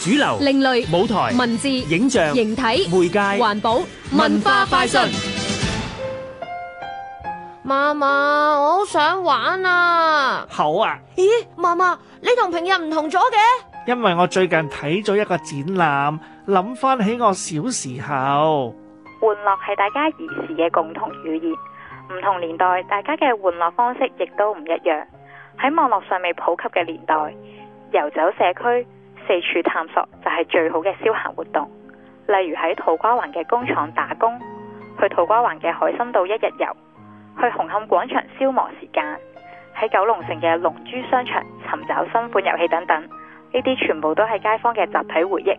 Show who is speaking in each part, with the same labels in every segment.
Speaker 1: 主流、
Speaker 2: 另類
Speaker 1: 舞台、
Speaker 2: 文字、
Speaker 1: 影像、
Speaker 2: 形體、
Speaker 1: 媒介、
Speaker 2: 環保、文化快訊。
Speaker 3: 嫲嫲，我好想玩啊！
Speaker 4: 好啊，
Speaker 3: 咦，嫲嫲，你同平日唔同咗嘅？
Speaker 4: 因為我最近睇咗一個展覽，諗翻起我小時候，
Speaker 5: 玩樂係大家兒時嘅共同語言，唔同年代大家嘅玩樂方式亦都唔一樣。喺網絡尚未普及嘅年代，遊走社區、四處探索就係最好嘅消閒活動。例如喺土瓜灣嘅工廠打工，去土瓜灣嘅海心島一日遊，去紅磡廣場消磨時間，喺九龍城嘅龍珠商場尋找新款遊戲等等。呢啲全部都係街坊嘅集體回憶，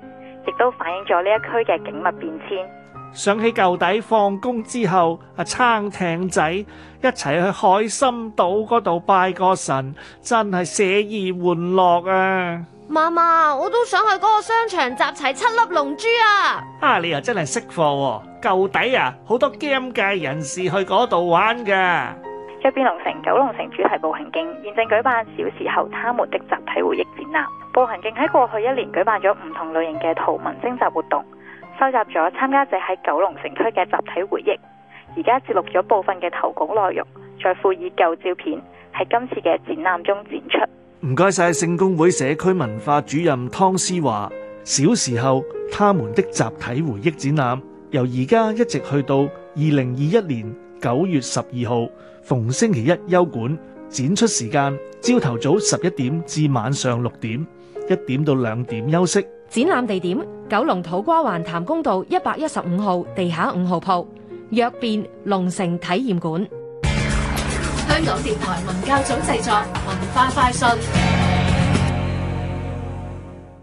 Speaker 5: 亦都反映咗呢一區嘅景物變遷。
Speaker 4: 想起舊底放工之後，啊撐艇仔一齊去海心島嗰度拜個神，真係寫意玩樂啊！
Speaker 3: 嫲嫲，我都想去嗰個商場集齊七粒龍珠啊！
Speaker 4: 啊，你又真係識貨喎！舊底啊，好多 game 界人士去嗰度玩㗎。
Speaker 5: 一邊龍城九龍城主題步行徑現正舉辦小時候他們的集體回憶展覽。步行徑喺過去一年舉辦咗唔同類型嘅圖文徵集活動，收集咗參加者喺九龍城區嘅集體回憶。而家節錄咗部分嘅投稿內容，再附以舊照片喺今次嘅展覽中展出。
Speaker 4: 唔該晒聖公會社區文化主任湯思華。小時候，他們的集體回憶展覽由而家一直去到二零二一年九月十二號，逢星期一休館。展出時間朝頭早十一點至晚上六點，一點到兩點休息。
Speaker 6: 展覽地點：九龍土瓜灣譚公道一百一十五號地下五號鋪，藥變龍城體驗館。
Speaker 7: 香港電台文教組製作，文化快訊。